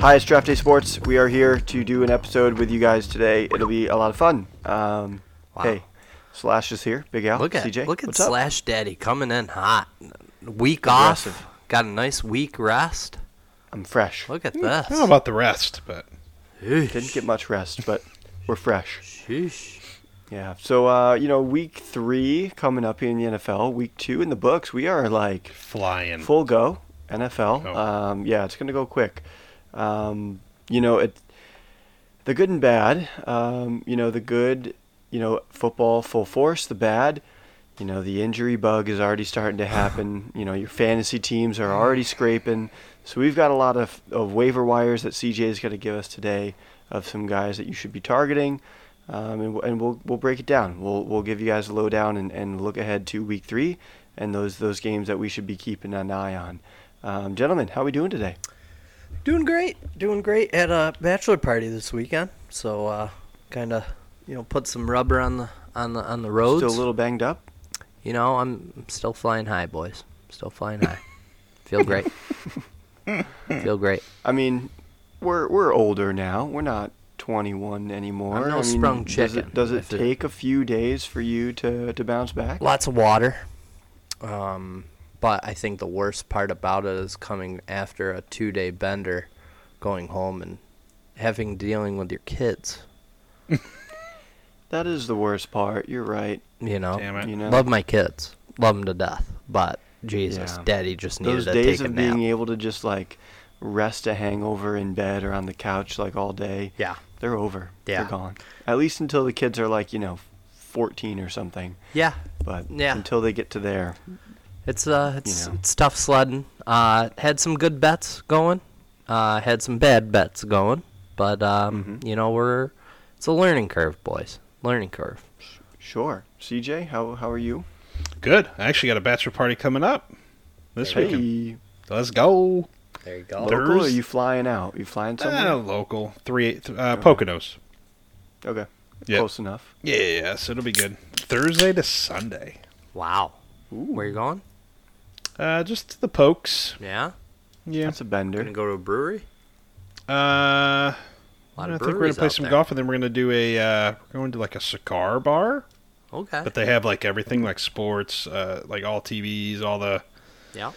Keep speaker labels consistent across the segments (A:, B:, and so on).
A: Hi, it's Draft Day Sports. We are here to do an episode with you guys today. It'll be a lot of fun. Um,
B: Wow.
A: Hey, Slash is here. Big Al,
B: Look at
A: CJ.
B: look at
A: what's up?
B: Slash Daddy coming in hot. Week
A: Aggressive.
B: off, got a nice week rest.
A: I'm fresh.
B: Look at
C: I don't know
B: this.
C: about the rest, but
A: Didn't get much rest, but we're fresh.
B: Sheesh.
A: Yeah. So uh, you know, week three coming up here in the NFL. Week two in the books. We are like
C: flying.
A: full go NFL.
C: Go.
A: Um, yeah, it's gonna go quick. Um, you know, it the good and bad. Um, you know, the good. You know, football full force. The bad. You know, the injury bug is already starting to happen. you know, your fantasy teams are already scraping. So we've got a lot of, of waiver wires that CJ is going to give us today of some guys that you should be targeting. Um, and, we'll- and we'll we'll break it down. We'll we'll give you guys a lowdown and, and look ahead to week three and those those games that we should be keeping an eye on. Um, gentlemen, how we doing today?
B: Doing great. Doing great at a bachelor party this weekend. So uh kind of you know put some rubber on the on the on the roads.
A: Still a little banged up.
B: you know, I'm still flying high, boys. Still flying high. Feel great. Feel great.
A: I mean, we're we're older now. We're not 21 anymore.
B: I'm no
A: I mean,
B: sprung
A: does
B: chicken.
A: it, does it
B: If it-
A: take a few days for you to, to bounce back?
B: Lots of water. Um, but I think the worst part about it is coming after a two day bender, going home and having dealing with your kids.
A: That is the worst part. You're right.
B: You know,
C: Damn it.
A: You know,
B: love my kids, love them to death. But Jesus,
A: Yeah.
B: Daddy just needed
A: those
B: to
A: days
B: take a
A: of
B: nap.
A: being able to just like rest a hangover in bed or on the couch like all day.
B: yeah,
A: They're over.
B: Yeah.
A: They're gone. At least until the kids are like, you know, 14 or something.
B: yeah.
A: But
B: Yeah.
A: until they get to there,
B: It's uh, it's
A: know.
B: it's tough sledding. Uh, had some good bets going. Uh, had some bad bets going. But um,
C: Mm-hmm.
B: you know, we're it's a learning curve, boys. Learning curve.
A: sure. CJ, how how are you?
C: Good. I actually got a bachelor party coming up this weekend.
A: Hey,
C: Let's go.
B: There you
C: go.
A: local or
C: Thurs-
A: you flying out? You flying
C: Ah,
A: somewhere?
C: local three th- uh, Poconos.
A: Okay.
C: Yeah.
A: Close enough.
C: Yeah, so it'll be good. Thursday to Sunday.
B: Wow. Where you going?
C: Uh, just to the Pokes.
B: Yeah.
C: Yeah.
A: That's a bender.
B: go to a brewery.
C: Uh,
B: A lot of
C: I think we're gonna
B: breweries
C: play
B: out
C: some
B: there.
C: golf, and then we're gonna do a uh, we're going to like a cigar bar,
B: Okay.
C: but they have like everything like sports, uh, like all TVs, all the
B: yeah.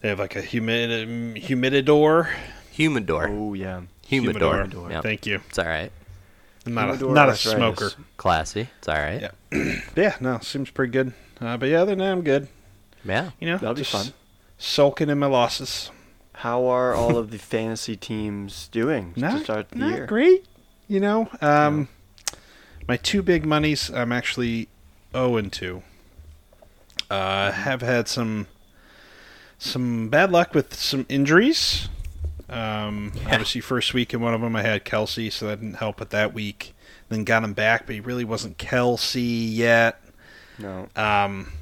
C: they have like a humid humididor.
B: Humidor.
A: Oh yeah.
B: Humidor.
C: Humidor.
B: Yep.
C: Thank you.
B: It's all right.
C: I'm not a,
A: Humidor
C: not a
A: arthritis.
C: smoker.
B: Classy. It's all right. Yeah.
C: Yeah. Yeah, no, seems pretty good. Uh, but yeah, other than that, I'm good. You know,
A: That'll be
C: just
A: fun.
C: Sulking in my losses.
A: How are all of the fantasy teams doing to
C: Not,
A: start the
C: not
A: year?
C: great. You know, um, my two big monies, I'm actually 0 and 2. Uh, have had some some bad luck with some injuries. Um, Obviously, first week in one of them, I had Kelsey, so that didn't help with that week. Then got him back, but he really wasn't Kelsey yet.
A: No.
C: Um,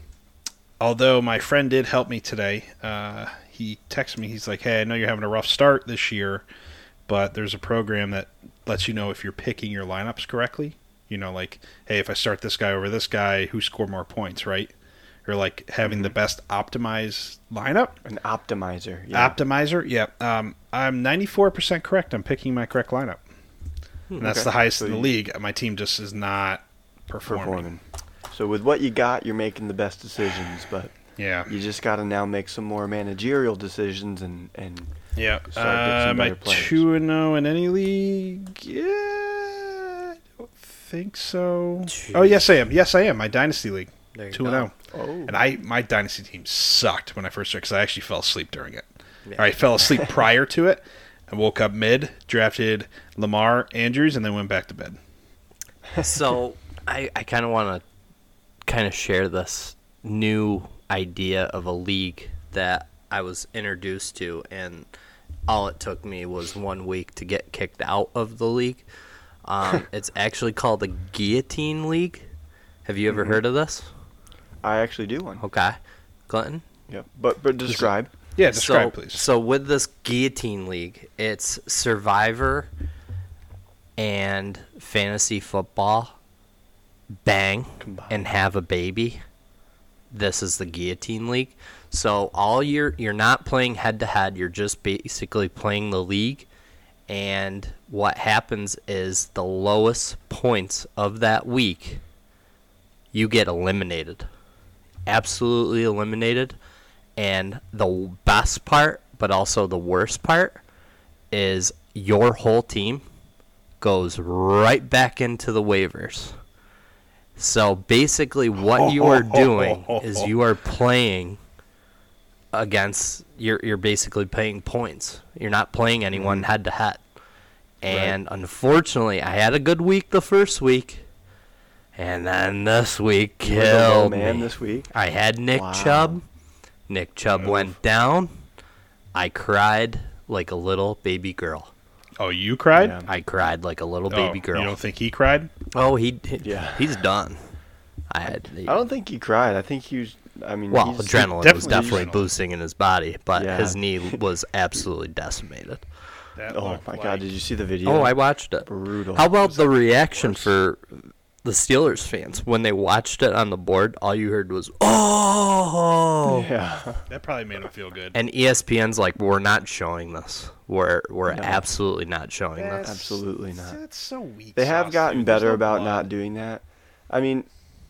C: although my friend did help me today, uh, he texted me. He's like, "Hey, I know you're having a rough start this year, but there's a program that lets you know if you're picking your lineups correctly. You know, like, hey, if I start this guy over this guy, who scored more points, right? Or like having
A: Mm-hmm.
C: the best optimized lineup."
A: An optimizer. Yeah.
C: Optimizer, yeah. Um, I'm 94% correct. I'm picking my correct lineup, and that's
A: Hmm, Okay.
C: the highest
A: So
C: in the
A: you-
C: league. My team just is not performing.
A: performing. So with what you got, you're making the best decisions, but
C: Yeah,
A: you just got to now make some more managerial decisions and and
C: Yeah,
A: start to get
C: uh,
A: some
C: my
A: better players.
C: two and zero in any league. Yeah, I don't think so. Oh yes, I am. Yes, I am. My dynasty league,
B: There you
C: two and
B: go.
C: zero.
A: oh,
C: And I my dynasty team sucked when I first started because I actually fell asleep during it.
B: Yeah.
C: Or I fell asleep prior to it. I woke up mid, drafted Lamar Andrews, and then went back to bed.
B: so I, I kind of want to kind of share this new idea of a league that I was introduced to, and all it took me was one week to get kicked out of the league. Um, it's actually called the
C: Mm-hmm.
B: Guillotine League. Have you ever heard of this? Oh.
A: I actually do one.
B: Okay, Clinton,
A: Yeah, but but describe.
C: Yeah, describe,
B: so,
C: please.
B: So with this guillotine league, it's Survivor and fantasy football. Bang
A: Combined.
B: and have a baby. This is the guillotine league. So all you're you're not playing head to head. You're just basically playing the league. And what happens is the lowest points of that week, you get eliminated absolutely eliminated. And the best part, but also the worst part, is your whole team goes right back into the waivers. So basically, what you are doing is you are playing against you're you're basically paying points. You're not playing anyone
A: Mm-hmm.
B: head to head. And unfortunately, I had a good week the first week, and then this week
A: We're the low
B: killed
A: man
B: me.
A: this week.
B: I had Nick
A: Wow.
B: Chubb. Nick Chubb went down. I cried like a little baby girl.
C: oh, you cried?
A: Yeah.
B: I cried like a little
C: Oh,
B: baby girl.
C: You don't think he cried?
B: oh, he, he-
A: Yeah.
B: he's done. I had
A: I don't think he cried. I think he was. I mean,
B: well,
A: he's-
B: adrenaline was
C: definitely-
B: definitely
C: adrenaline.
B: boosting in his body, but
A: Yeah.
B: his knee was absolutely decimated.
C: That
A: Oh
C: looked
A: my
C: like-
A: God! Did you see the video?
B: Oh, I watched it.
A: Brutal.
B: How about the reaction for the Steelers fans when they watched it on the board? All you heard was "Oh!"
A: Yeah.
C: That probably made him feel good.
B: And E ESPN's like, we're not showing this. We're we're absolutely not showing
C: That's-
B: this.
A: absolutely not.
C: That's so weak.
A: They have
C: sauce,
A: gotten
C: dude. There's
A: better
C: no
A: about
C: blood.
A: not doing that. I mean,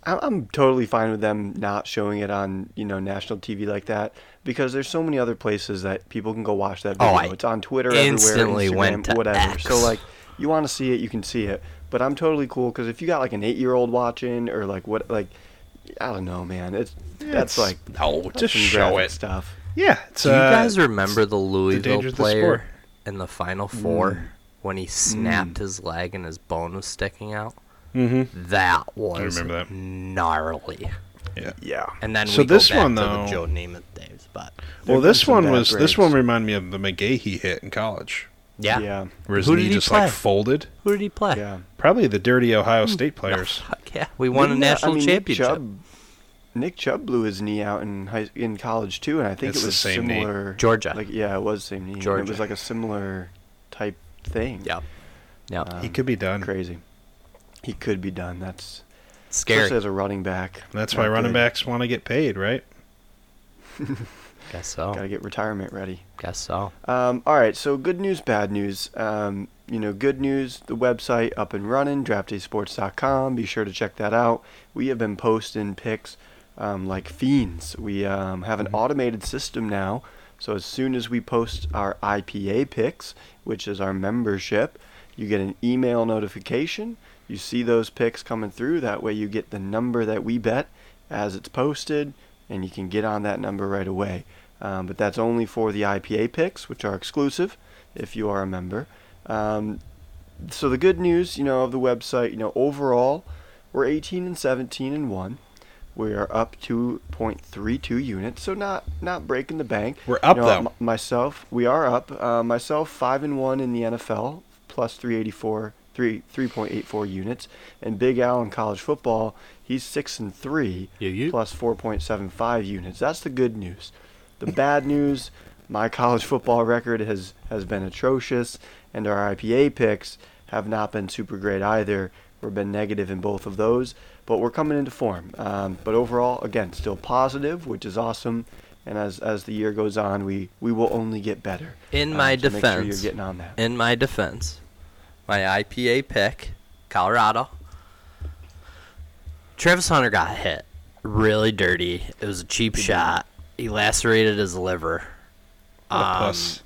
A: I- I'm totally fine with them not showing it on you know national TV like that because there's so many other places that people can go watch that
B: Oh,
A: video.
B: I
A: it's on Twitter,
B: instantly
A: everywhere, Instagram,
B: went to
A: whatever. So
B: X.
A: like, you want to see it, you can see it. But I'm totally cool because if you got like an eight year old watching or like what like, I don't know, man. It's that's
C: It's-
A: like
C: no, just
A: some
C: show
A: graphic
C: it.
A: stuff.
C: Yeah, it's
B: Do you
C: uh,
B: guys remember the Louisville
C: danger of the sport. Mm.
B: player in the Final Four when he snapped his leg and his bone was sticking out? Mm-hmm. That was
C: remember that.
B: gnarly.
C: Yeah.
A: Yeah.
B: And then
C: So
B: we go
C: this
B: back
C: one,
B: to
C: though-
B: the Joe Namath days, but
C: Well,
A: been
C: this
A: some
C: one
A: bad
C: was
A: breaks.
C: this one reminded me of the McGahee hit in college,
B: yeah.
A: Yeah.
C: where his
B: Who did
C: knee
B: he
C: just
B: play?
C: like folded.
B: Who did he play?
A: Yeah.
C: Probably the dirty Ohio State players.
B: Fuck yeah, we won a
A: Didn't that- I
B: national
A: mean,
B: championship.
A: Nick Chubb, Nick Chubb blew his knee out in high, in college too, and I think
C: It's
A: it
C: the
A: was
C: same knee.
A: similar.
B: Georgia.
A: like yeah, it was same knee. and It
B: Georgia.
A: was like a similar type thing.
B: Yep. Yep.
A: Uh,
C: he could be done.
A: Crazy. He could be done. That's
B: Scary.
A: especially as a running back.
C: That's
A: Not
C: why running
A: good.
C: backs want to get paid, right?
B: Guess so.
A: Gotta get retirement ready.
B: Guess so.
A: Um, all right, so good news, bad news. Um, you know, good news, the website up and running, draftdaysports.com. Be sure to check that out. We have been posting picks um, like fiends. We um, have an automated system now. So as soon as we post our IPA picks, which is our membership, you get an email notification. You see those picks coming through. That way you get the number that we bet as it's posted, and you can get on that number right away. Um, but that's only for the IPA picks, which are exclusive if you are a member. Um, so the good news, you know, of the website, you know, overall, we're 18 and 17 and one. We are up 2.32 units, so not not breaking the bank.
C: We're up,
A: You know,
C: though.
A: m- myself, we are up. Uh, myself, five and one in the NFL, plus 384, three 3.84 units, and Big Al in college football, he's six and three,
B: You- you-
A: plus 4.75 units. That's the good news. The bad news, my college football record has has been atrocious, and our IPA picks have not been super great either. We've been negative in both of those, but we're coming into form. Um, but overall, again, still positive, which is awesome. And as as the year goes on, we we will only get better.
B: In
A: Um,
B: my
A: so make sure you're
B: defense-
A: getting on that.
B: In my defense, my IPA pick, Colorado. Travis Hunter got hit really dirty. It was a cheap shot. He lacerated his liver.
C: What a
B: Um,
C: puss.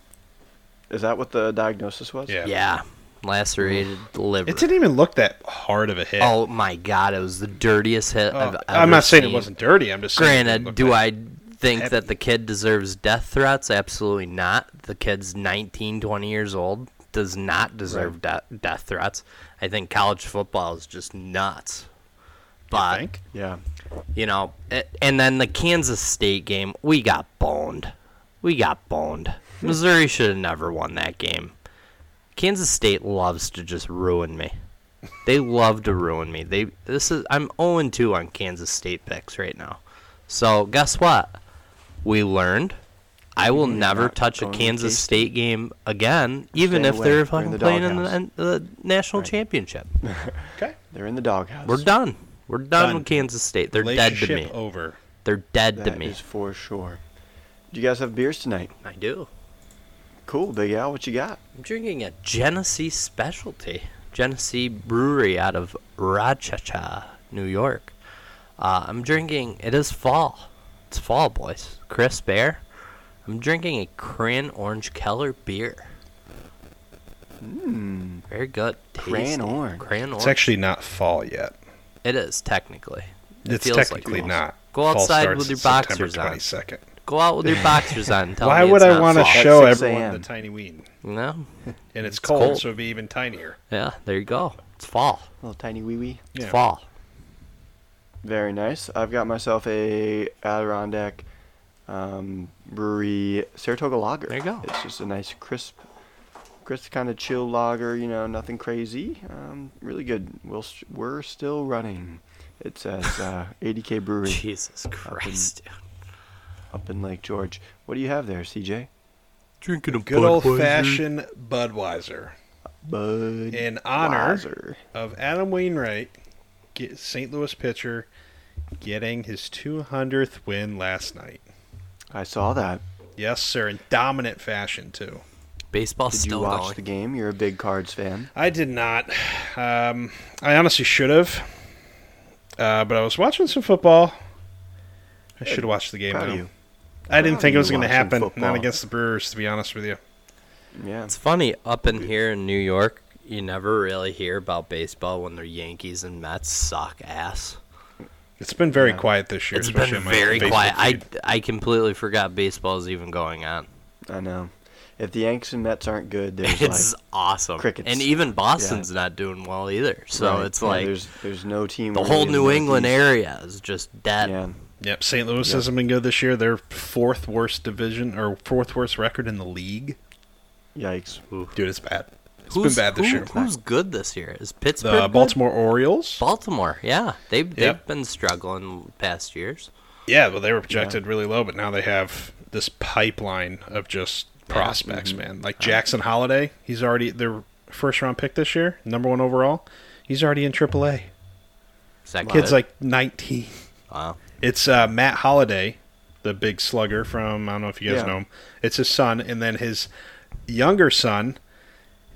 A: Is that what the diagnosis was?
C: Yeah.
B: Yeah, lacerated the liver.
C: It didn't even look that hard of a hit.
B: oh my god, it was the dirtiest hit I've
C: Oh,
B: ever
C: I'm not saying
B: seen.
C: it wasn't dirty. I'm just saying it
B: Granted,
C: looked
B: do
C: like-
B: I think
C: heavy.
B: that the kid deserves death threats? Absolutely not. The kid's 19, 20 years old, does not deserve de- death threats. I think college football is just nuts.
C: I
B: But,
C: think?
A: Yeah.
B: you know, it, and then the Kansas State game, we got boned. We got boned. Missouri should have never won that game. Kansas State loves to just ruin me. They love to ruin me. They oh this is I'm 0 2 on Kansas State picks right now. So guess what? we learned. I will
A: Yeah,
B: never
A: not
B: touch a
A: going to
B: Kansas
A: K-State.
B: State game again, even
A: Stay
B: if
A: away. We're
B: they're
A: in
B: fucking
A: the
B: playing in
A: doghouse.
B: the, the national
A: Right.
B: championship.
C: Okay.
A: They're in the doghouse.
B: We're done. We're done,
C: Done.
B: with Kansas State. They're dead
C: Relationship
B: to me.
C: over.
B: They're dead
A: That
B: to me.
A: is for sure. Do you guys have beers tonight?
B: I do.
A: Cool, Big Al. What you got?
B: I'm drinking a Genesee specialty, Genesee Brewery out of Rochester, New York. Uh, I'm drinking. It is fall. It's fall, boys. Crisp air. I'm drinking a Cran Orange Keller beer.
A: Mmm.
B: Very good.
A: Cran
B: tasty.
A: Orange.
B: Cran Orange.
C: It's actually not fall yet.
B: It is technically. It
C: It's
B: feels like
C: technically
B: fall.
C: not.
B: Go
C: Fall
B: outside
C: starts
B: with your
C: September
B: boxers on.
C: 22nd.
B: Go out with your boxers on. and Tell
C: Why
B: me
C: would
B: it's
C: I
B: not
C: want to
B: fall.
A: At
C: show
A: 6
C: everyone
A: a.m..
C: the tiny ween?
B: No.
C: And it's,
B: It's
C: cold,
B: cold.
C: so it'd be even tinier.
B: Yeah. There you go. It's fall.
A: Little tiny wee wee.
B: It's
C: Yeah.
B: fall.
A: Very nice. I've got myself a Adirondack um, Brewery Saratoga Lager.
B: There you go.
A: It's just a nice crisp, crisp kind of chill lager. You know, nothing crazy. Um, really good. We'll, s- we're still running. It says uh, ADK Brewery
B: Jesus Christ. dude.
A: up in Lake George. What do you have there, CJ?
B: Drinking a
C: Good
B: Budweiser.
C: old fashioned Budweiser
A: Bud.
C: in honor
A: Weiser.
C: of Adam Wainwright, get St. Louis pitcher, getting his 200th win last night.
A: I saw that.
C: Yes, sir, in dominant fashion too.
B: Baseball's
A: Did you
B: still
A: watch
B: going.
A: the game? You're a big Cards fan.
C: I did not. Um, I honestly should have, uh, but I was watching some football. I should have watched the game.
A: Proud
C: though.
A: of you.
C: I didn't
A: Proud
C: think
A: of
C: it was
A: you
C: going to
A: watching
C: happen.
A: football.
C: Not against the Brewers, to be honest with you.
A: Yeah.
B: It's funny up in here in New York, you never really hear about baseball when the Yankees and Mets suck ass.
C: It's been very
A: Yeah.
C: quiet this year.
B: it's
C: especially
B: been
C: on my
B: very
C: Facebook
B: quiet. I,
C: feed.
B: I completely forgot baseball's even going on.
A: I know. If the Yanks and Mets aren't good, there's
B: It's
A: like
B: awesome.
A: crickets.
B: And even Boston's not doing well either. So
A: Right,
B: it's
A: yeah,
B: like
A: there's there's no team.
B: the
A: really
B: whole
A: in
B: New England
A: Northeast.
B: area is just dead.
A: Yeah,
C: Yep, St. Louis
A: Yep.
C: hasn't been good this year. They're fourth worst division or fourth worst record in the league.
A: yikes.
C: Dude, it's bad. It's
B: Who's,
C: been bad this
B: who-
C: year.
B: Who's good this year? Is Pittsburgh?
C: The
B: good?
C: Baltimore Orioles.
B: Baltimore, yeah. They, they've
C: Yep.
B: been struggling past years.
C: Yeah, well, they were projected really low, but now they have this pipeline of just prospects, man. Like Jackson Holiday, he's already their first round pick this year, number one overall. He's already in AAA.
B: Is that
C: Kid's
B: good?
C: like 19.
B: Wow.
C: It's uh, Matt Holiday, the big slugger from, I don't know if you guys
A: Yeah.
C: know him. It's his son, and then his younger son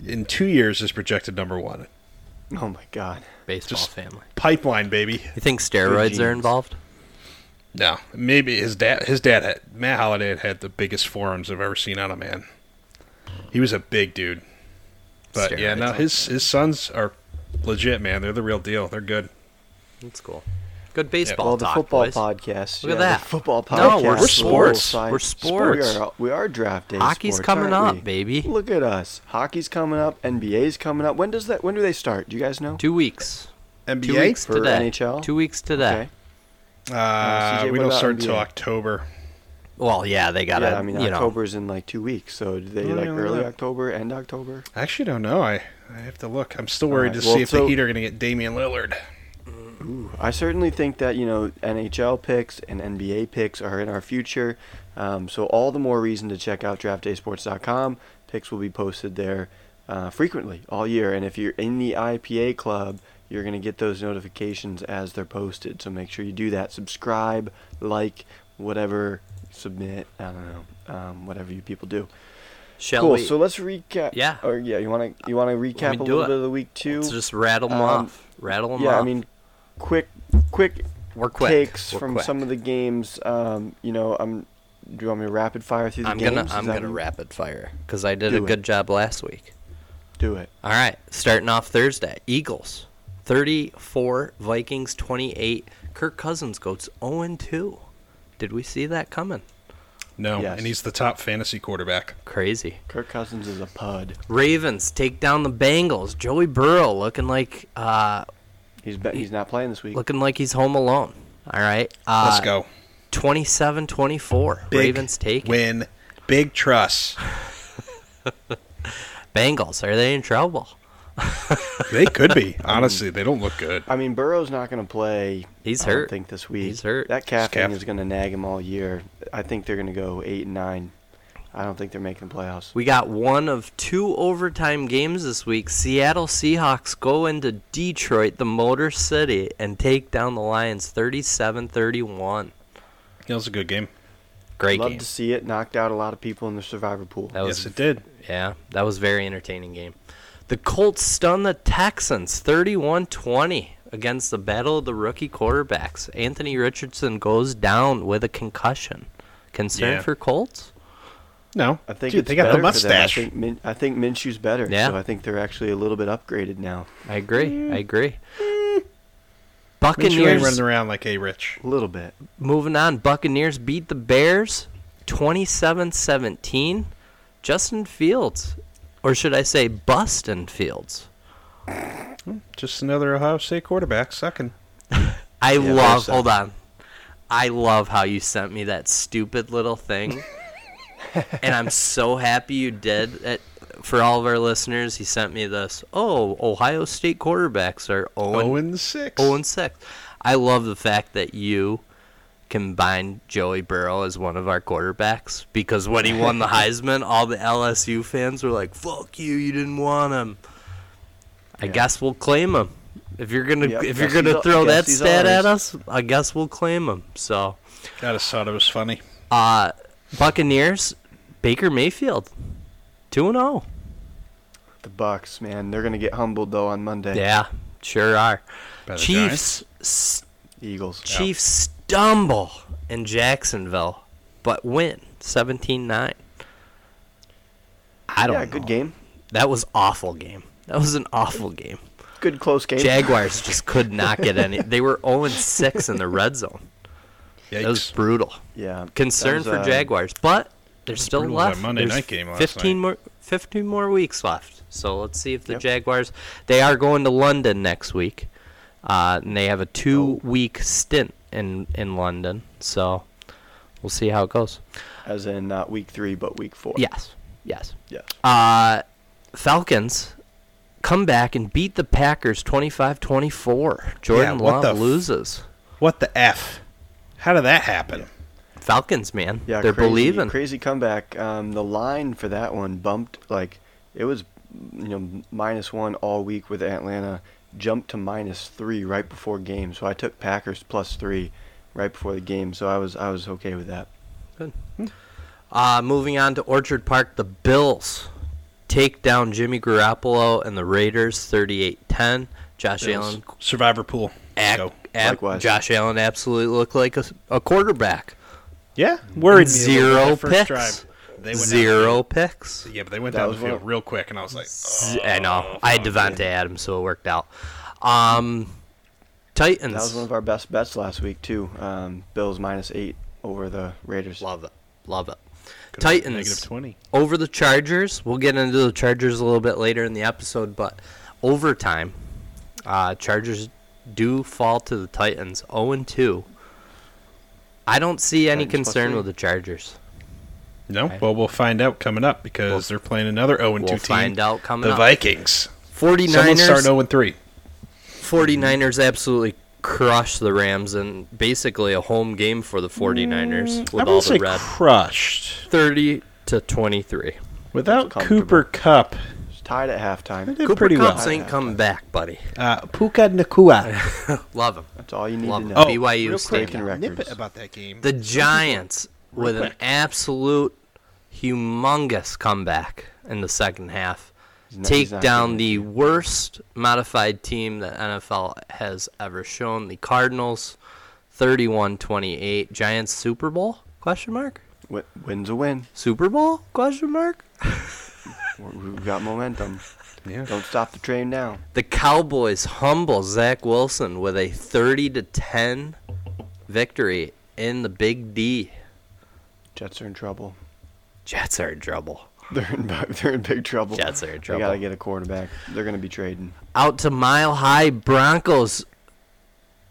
C: in two years is projected number one.
A: Oh my god.
B: Baseball
C: Just-
B: family.
C: Pipeline, baby.
B: You think steroids are
A: genes.
B: involved?
C: No, maybe his dad. His dad had Matt Holiday had, had the biggest forearms I've ever seen on a man. He was a big dude, but yeah,
B: Steroids.
C: no, his his sons are legit, man. They're the real deal. They're good.
B: That's cool. Good baseball
A: well, the
B: talk,
A: football
B: boys.
A: podcast.
B: Look
A: yeah, the
B: at that.
A: football
B: No,
A: podcast.
B: we're
A: the
C: sports.
A: science-
B: We're sports.
A: We are, we are draft day.
B: Hockey's
A: sports,
B: coming
A: aren't
B: up,
A: we?
B: baby.
A: Look at us. Hockey's coming up. NBA's coming up. When does that? When do they start? Do you guys know?
B: Two weeks. Two
C: NBA.
B: weeks
A: For
B: today.
A: NHL?
B: Two weeks today.
A: Okay.
C: Uh,
A: CJ,
C: we
A: Oh, what
C: don't
A: about
C: start
A: NBA?
C: till October.
B: Well, yeah, they got to,
A: yeah, I mean
B: you know.
A: October's in like two weeks, so do they
C: Oh,
A: like
C: yeah,
A: early
C: yeah.
A: October, end October?
C: I actually don't know. I I have to look. I'm still worried
A: Alright,
C: to
A: well,
C: see if
A: so-
C: the Heat are going to get Damian Lillard.
A: Ooh, I certainly think that you know NHL picks and NBA picks are in our future, um, so all the more reason to check out DraftDaySports.com. Picks will be posted there uh, frequently all year, and if you're in the IPA club, you're gonna get those notifications as they're posted. So make sure you do that. Subscribe, like, whatever, submit. I don't know, um, whatever you people do.
B: Shall
A: cool.
B: we
A: So let's recap.
B: Yeah.
A: Or yeah, you wanna you wanna recap
B: me
A: a
B: do
A: little
B: it.
A: bit of the week two?
B: let's just rattle them
A: um,
B: off. Rattle them
A: yeah,
B: off.
A: I mean, quick, quick
B: we're quick.
A: takes
B: We're
A: from
B: quick.
A: some of the games. Um, you know, I'm. Do you want me to rapid fire through the
B: I'm
A: games?
B: gonna
A: Is
B: I'm
A: that what
B: gonna
A: you-
B: rapid fire because I did a
A: Do it.
B: good job last week.
A: Do it.
B: All right, starting off Thursday, Eagles, 34, Vikings 28. Kirk Cousins goes 0 2. Did we see that coming?
C: No,
A: Yes.
C: and he's the top fantasy quarterback.
B: Crazy.
A: Kirk Cousins is a pud.
B: Ravens take down the Bengals. Joey Burrow looking like uh,
A: He's be- he's not playing this week.
B: looking like he's home alone. All right. Uh,
C: Let's go.
B: 27-24.
C: Big
B: Ravens take it.
C: win. Big trust.
B: Bengals. Are they in trouble?
C: They could be. Honestly, they don't look good.
A: I mean, Burrow's not going to play.
B: He's
A: I don't
B: hurt.
A: think this week.
B: He's hurt.
A: That calf
C: calf.
A: thing is going to nag him all year. I think they're going to go eight and nine. I don't think they're making the playoffs.
B: We got one of two overtime games this week. Seattle Seahawks go into Detroit, the Motor City, and take down the Lions 37 31.
C: It was a good game.
B: Great
A: Love
B: game.
A: to see it. Knocked out a lot of people in the survivor pool.
B: That was
C: yes, it did.
B: Yeah, that was a very entertaining game. The Colts stun the Texans 31-20 against the battle of the rookie quarterbacks. Anthony Richardson goes down with a concussion. Concern
C: Yeah.
B: for Colts?
C: No,
A: I think
C: Dude,
A: it's
C: they got
A: better
C: the
A: for them.
C: mustache.
A: I think, Min- I think Minshew's better.
B: Yeah.
A: So I think they're actually a little bit upgraded now.
B: I agree. I agree.
C: Minshew ain't
B: Buccaneers
C: running around like a rich.
A: A little bit.
B: moving on. Buccaneers beat the Bears 27-17. Justin Fields, or should I say Bustin Fields?
C: Just another Ohio State quarterback sucking.
B: I
A: Yeah,
B: love.
A: there's a-
B: Hold on. I love how you sent me that stupid little thing, and I'm so happy you did. It, for all of our listeners, he sent me this. Oh, Ohio State quarterbacks are 0
C: 0
B: and,
C: and 6.
B: 0 Oh, and 6. I love the fact that you combined Joey Burrow as one of our quarterbacks because when he won the Heisman, all the LSU fans were like, "Fuck you, you didn't want him." I
A: Yeah.
B: guess we'll claim him. If you're gonna
A: Yep,
B: if you're
A: guess he's
B: gonna
A: o-
B: throw
A: guess
B: that
A: he's
B: stat at
A: ours.
B: us, I guess we'll claim him. So,
C: I just thought it was funny.
B: uh, Buccaneers, Baker Mayfield, two and oh. zero.
A: The Bucks, man, they're gonna get humbled though on Monday.
B: Yeah, sure are.
C: By the
B: Chiefs, s-
A: Eagles.
B: Chiefs stumble in Jacksonville, but win 17-9. I don't
A: yeah,
B: know.
A: good game.
B: That was awful game. That was an awful game.
A: Good close game.
B: Jaguars just could not get any. They were 0 6 in the red zone. That was
C: Yikes.
B: brutal.
A: yeah.
B: Concern
A: That was,
B: for
A: uh,
B: Jaguars, but there's still
C: brutal,
B: left.
C: that Monday
B: There's
C: night game last
B: 15
C: night.
B: more 15 more weeks left. So let's see if the
A: Yep.
B: Jaguars they are going to London next week. Uh, and they have a 2 week
A: Oh.
B: stint in in London. So we'll see how it goes.
A: As in not week three, but week four.
B: Yes. Yes.
A: Yes.
B: Uh, Falcons come back and beat the Packers 25-24. Jordan
C: what the
B: Love
C: f-
B: loses.
C: What the F? How did that happen?
B: Falcons, man.
A: Yeah.
B: They're
A: crazy,
B: believing.
A: Crazy comeback. Um, the line for that one bumped like it was, you know, minus one all week with Atlanta. Jumped to minus three right before game, so I took Packers plus three right before the game. So I was I was okay with that.
B: Uh, moving on to Orchard Park, the Bills take down Jimmy Garoppolo and the Raiders 38-10. Josh Allen,
C: Survivor pool.
B: ac-
C: Go.
B: ab-
A: Likewise.
B: Josh Allen absolutely looked like a, s- a quarterback.
C: Yeah, worried me a little bit
B: Zero
C: that first
B: picks.
C: drive. They went
B: Zero picks.
C: down- yeah, but they went
A: That
C: down the
A: was
C: field
A: one-
C: real quick, and I was like,
B: Z- I
C: oh,
B: know. I had Devontae Adams, so it worked out. Um, Titans.
A: That was one of our best bets last week too. Um, Bills minus eight over the Raiders.
B: Love it. Love it.
C: could've went
B: Titans.
C: negative twenty.
B: over the Chargers. We'll get into the Chargers a little bit later in the episode, but overtime, uh, Chargers do fall to the Titans 0 and 2. I don't see any
A: Titans plus
B: concern
A: three.
B: with the Chargers.
C: No,
B: Okay.
C: well, we'll find out coming up because they're playing another zero and two
B: We'll
C: team,
B: find out coming
C: the
B: up.
C: Vikings. Someone's starting
B: 49ers,
C: zero and three.
B: 49ers absolutely crush the Rams and basically a home game for the 49ers
C: I
B: with all
C: will Mm, say
B: the red.
C: crushed
B: 30 to 23.
C: without
A: comfortable.
C: Cooper Cup.
A: It's tied at halftime.
C: Did
B: Cooper
C: pretty well.
B: Cups ain't coming back, buddy.
C: Uh, Puka Nakua.
B: Love him.
A: That's all you need
B: Love
A: to
B: him.
A: know.
B: Oh, BYU
C: real quick,
B: standout.
A: Records.
C: Nip about that game.
B: The Giants with an absolute humongous comeback in the second half.
A: He's not-
B: take
A: he's not
B: down
A: good.
B: the worst modified team that NFL has ever shown, the Cardinals 31-28. Giants Super Bowl? Question mark?
A: Wi- Win's a win.
B: Super Bowl? Question mark?
A: We're- We've got momentum.
C: yeah.
A: Don't stop the train now.
B: The Cowboys humble Zach Wilson with a 30 to 10 victory in the Big D.
A: Jets are in trouble.
B: Jets are in trouble.
A: They're in, bu- they're in big trouble.
B: Jets are in trouble.
A: They gotta get a quarterback. They're gonna be trading.
B: out to Mile High Broncos.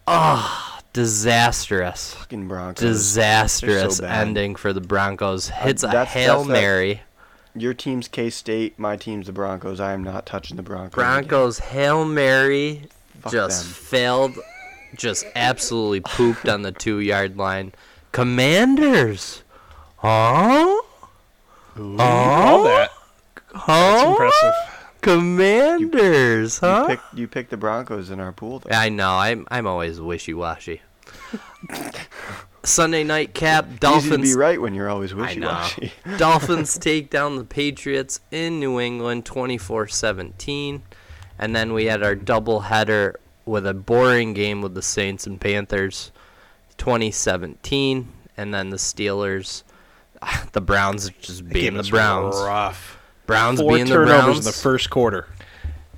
B: Ah, disastrous,
A: Fucking Broncos.
B: disastrous
A: bad. Uh,
B: ending for the Broncos. Hits a
A: that's-
B: hail
A: that's that-
B: mary
A: your team's K State, my team's the Broncos. I am not touching the Broncos. again.
B: Broncos Hail Mary
A: Fuck
B: just
A: them.
B: failed, just absolutely pooped on the two yard line. Commanders, huh?
C: All
B: Huh?
C: that. That's
B: Huh?
C: impressive.
B: Commanders, huh?
A: You picked, you picked the Broncos in our pool, though.
B: I know. I'm I'm always wishy washy. Sunday night cap.
A: Easy to be
B: Dolphins.
A: right when you're always
B: I
A: wishy
B: know.
A: washy.
B: Dolphins take down the Patriots in New England 24-17, and then we had our doubleheader with a boring game with the Saints and Panthers, 2017, and then the Steelers. The Browns just being
C: Game
B: the
C: was
B: Browns.
C: Rough.
B: Browns
C: Four
B: being the
C: turnovers
B: Browns.
C: in the first quarter.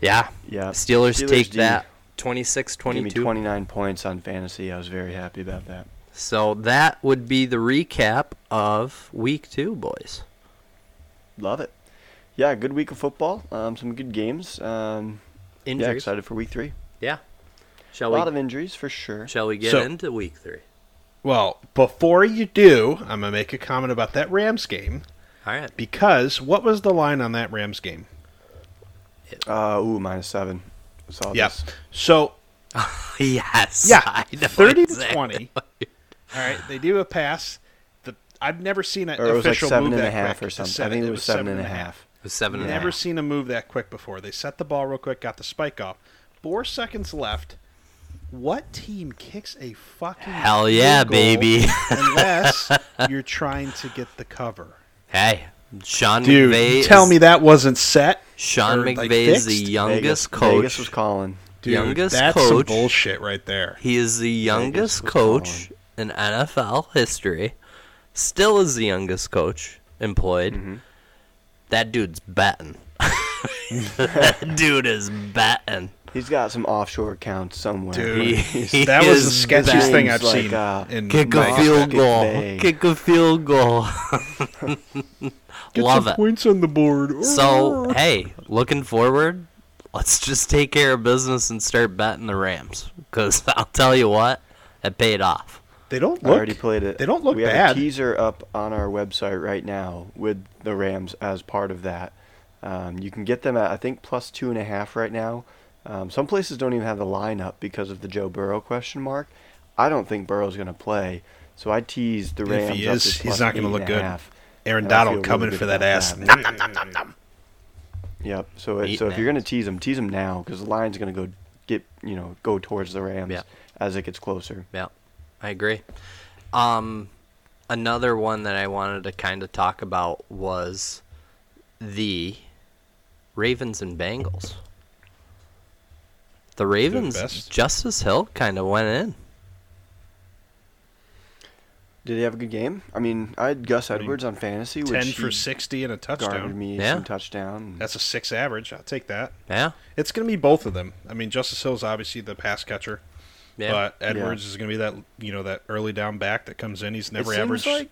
B: yeah.
A: Yeah.
B: Steelers, take
A: D
B: that 26
A: Gave me
B: 22.
A: 29 points on fantasy. I was very happy about that.
B: So that would be the recap of week two, boys.
A: Love it. Yeah, good week of football. Um, some good games. Um, yeah,
B: Injuries.
A: excited for week three.
B: Yeah.
A: A
B: Shall
A: lot
B: we
A: of injuries for sure.
B: shall we get
C: So-
B: into week three?
C: Well, before you do, I'm gonna make a comment about that Rams game
B: All right.
C: because what was the line on that Rams game?
A: Uh, ooh, minus seven. Saw
C: Yeah.
A: this.
C: So
B: yes.
C: yeah,
B: I know
C: thirty to
B: exact-
C: twenty. All right, they do a pass. The I've never seen an
A: Or it was like
C: official
A: seven
C: move
A: and a
C: that
A: half
C: quick.
A: or
C: It's
A: something.
C: seven-
A: I think it was seven and a half.
B: It was seven and a
C: Never
B: half.
C: seen a move that quick before. They set the ball real quick, got the spike off. Four seconds left. What team kicks a fucking
B: Hell
C: field
B: yeah,
C: goal
B: baby.
C: unless you're trying to get the cover.
B: Hey, Sean
C: Dude,
B: McVay.
C: you tell
B: is,
C: me that wasn't set.
B: Sean
C: or, like,
B: McVay is the
C: fixed?
A: Vegas,
B: youngest
A: Vegas
B: coach.
A: was calling.
C: Dude,
B: Youngest
C: that's some
B: coach.
C: bullshit right there.
B: he is the youngest
A: was
B: coach in NFL history. Still is the youngest coach employed. That dude's betting. that dude is betting.
A: He's got some offshore accounts somewhere.
C: Dude,
B: He
C: that was the
B: is
C: sketchiest thing I've
A: Things like,
C: seen.
A: uh,
C: in
B: Kick
C: my-
B: a
A: Kick
B: field goal.
A: day.
B: Kick a field goal. Love it.
C: points on the board.
B: So, hey, looking forward, let's just take care of business and start betting the Rams. Because I'll tell you what, it paid off.
C: they don't
A: I
C: look.
A: already played it.
C: They don't look
A: we
C: bad.
A: have a teaser up on our website right now with the Rams as part of that. Um, you can get them at I think plus two and a half right now. Um, some places don't even have the lineup because of the Joe Burrow question mark. I don't think Burrow's going to play, so I teased the
C: If
A: Rams.
C: he
A: up
C: is,
A: to
C: he's
A: plus
C: not gonna
A: eight
C: look
A: and a
C: good.
A: half.
C: Aaron
A: and I feel
C: Donald coming
A: really
C: for
A: good
C: that
A: about
C: ass.
A: that.
C: Nom, nom, nom, nom, nom.
A: Yep. So it,
B: Eight
A: so if
B: and a
A: you're going to tease them, tease them now because the line's going to go get you know go towards the Rams
B: Yeah.
A: as it gets closer.
B: Yeah, I agree. Um, another one that I wanted to kind of talk about was the Ravens and Bengals. The Ravens,
C: best.
B: Justice Hill kind of went in.
A: Did he have a good game? I mean, I had Gus Edwards on fantasy, which
C: Ten
A: he
C: for sixty and a
A: garnered
C: touchdown.
A: me
B: Yeah.
A: some touchdown.
C: That's a six average. I'll take that.
B: Yeah,
C: It's going to be both of them. I mean, Justice Hill's obviously the pass catcher,
B: yeah.
C: but Edwards is going to be that you know that early down back that comes in. He's never
A: it
C: averaged.
A: Seems like,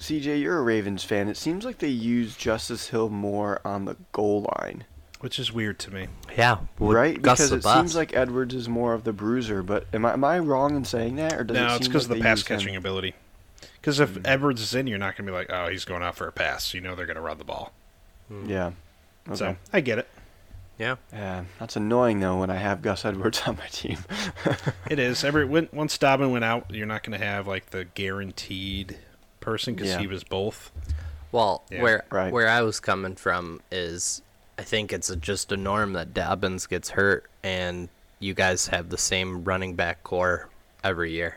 A: CJ, you're a Ravens fan. It seems like they use Justice Hill more on the goal line,
C: which is weird to me.
B: yeah, with
A: right?
B: Gus
A: Because
B: the
A: it
B: Bus.
A: seems like Edwards is more of the bruiser. But am I am I wrong in saying that, or does it
C: no,
A: seem
C: it's because
A: like
C: of the
A: they
C: pass
A: use him-
C: catching ability. Because if Edwards is in, you're not going to be like, oh, he's going out for a pass. You know they're going to run the ball.
A: Yeah. Okay.
C: So I get it.
B: yeah.
A: Yeah, that's annoying though when I have Gus Edwards on my team.
C: It is. Every when, once Dobbin went out, you're not going to have like the guaranteed person because
A: Yeah.
C: he was both.
B: Well,
C: Yeah,
B: where
A: right.
B: where I was coming from is, I think it's just a norm that Dobbins gets hurt, and you guys have the same running back core every year.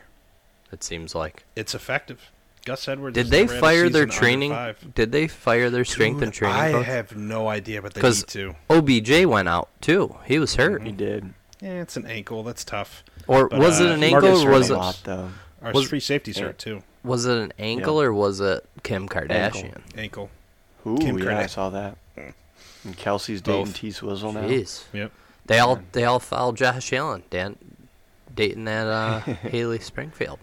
B: It seems like.
C: It's effective. Gus Edwards.
B: Did
C: has
B: they
C: never had a
B: fire their
C: season under
B: training?
C: five.
B: Did they fire their strength and
C: Dude,
B: training
C: I
B: coach?
C: have no idea, but they
B: 'Cause-
C: need to.
B: OBJ went out too. He was hurt,
A: he did.
C: Yeah, it's an ankle. That's tough.
B: or
C: Mm-hmm. But,
B: was it
C: uh,
B: an
C: Marcus
B: ankle? Or
A: a
B: was
C: Hernandez.
B: it
A: lot though.
C: Our
B: Was-
C: free safety's hurt too.
B: was it an ankle or was it Kim Kardashian?
C: Ankle.
A: Ooh,
C: Kim
A: yeah, Hmm. I
C: Kardashian.
A: saw that. And Kelsey's dating
C: Both.
A: T Swizzle now.
B: Jeez,
C: Yep.
B: they all they all followed Josh Allen, Dan, dating that uh, Haley Springfield.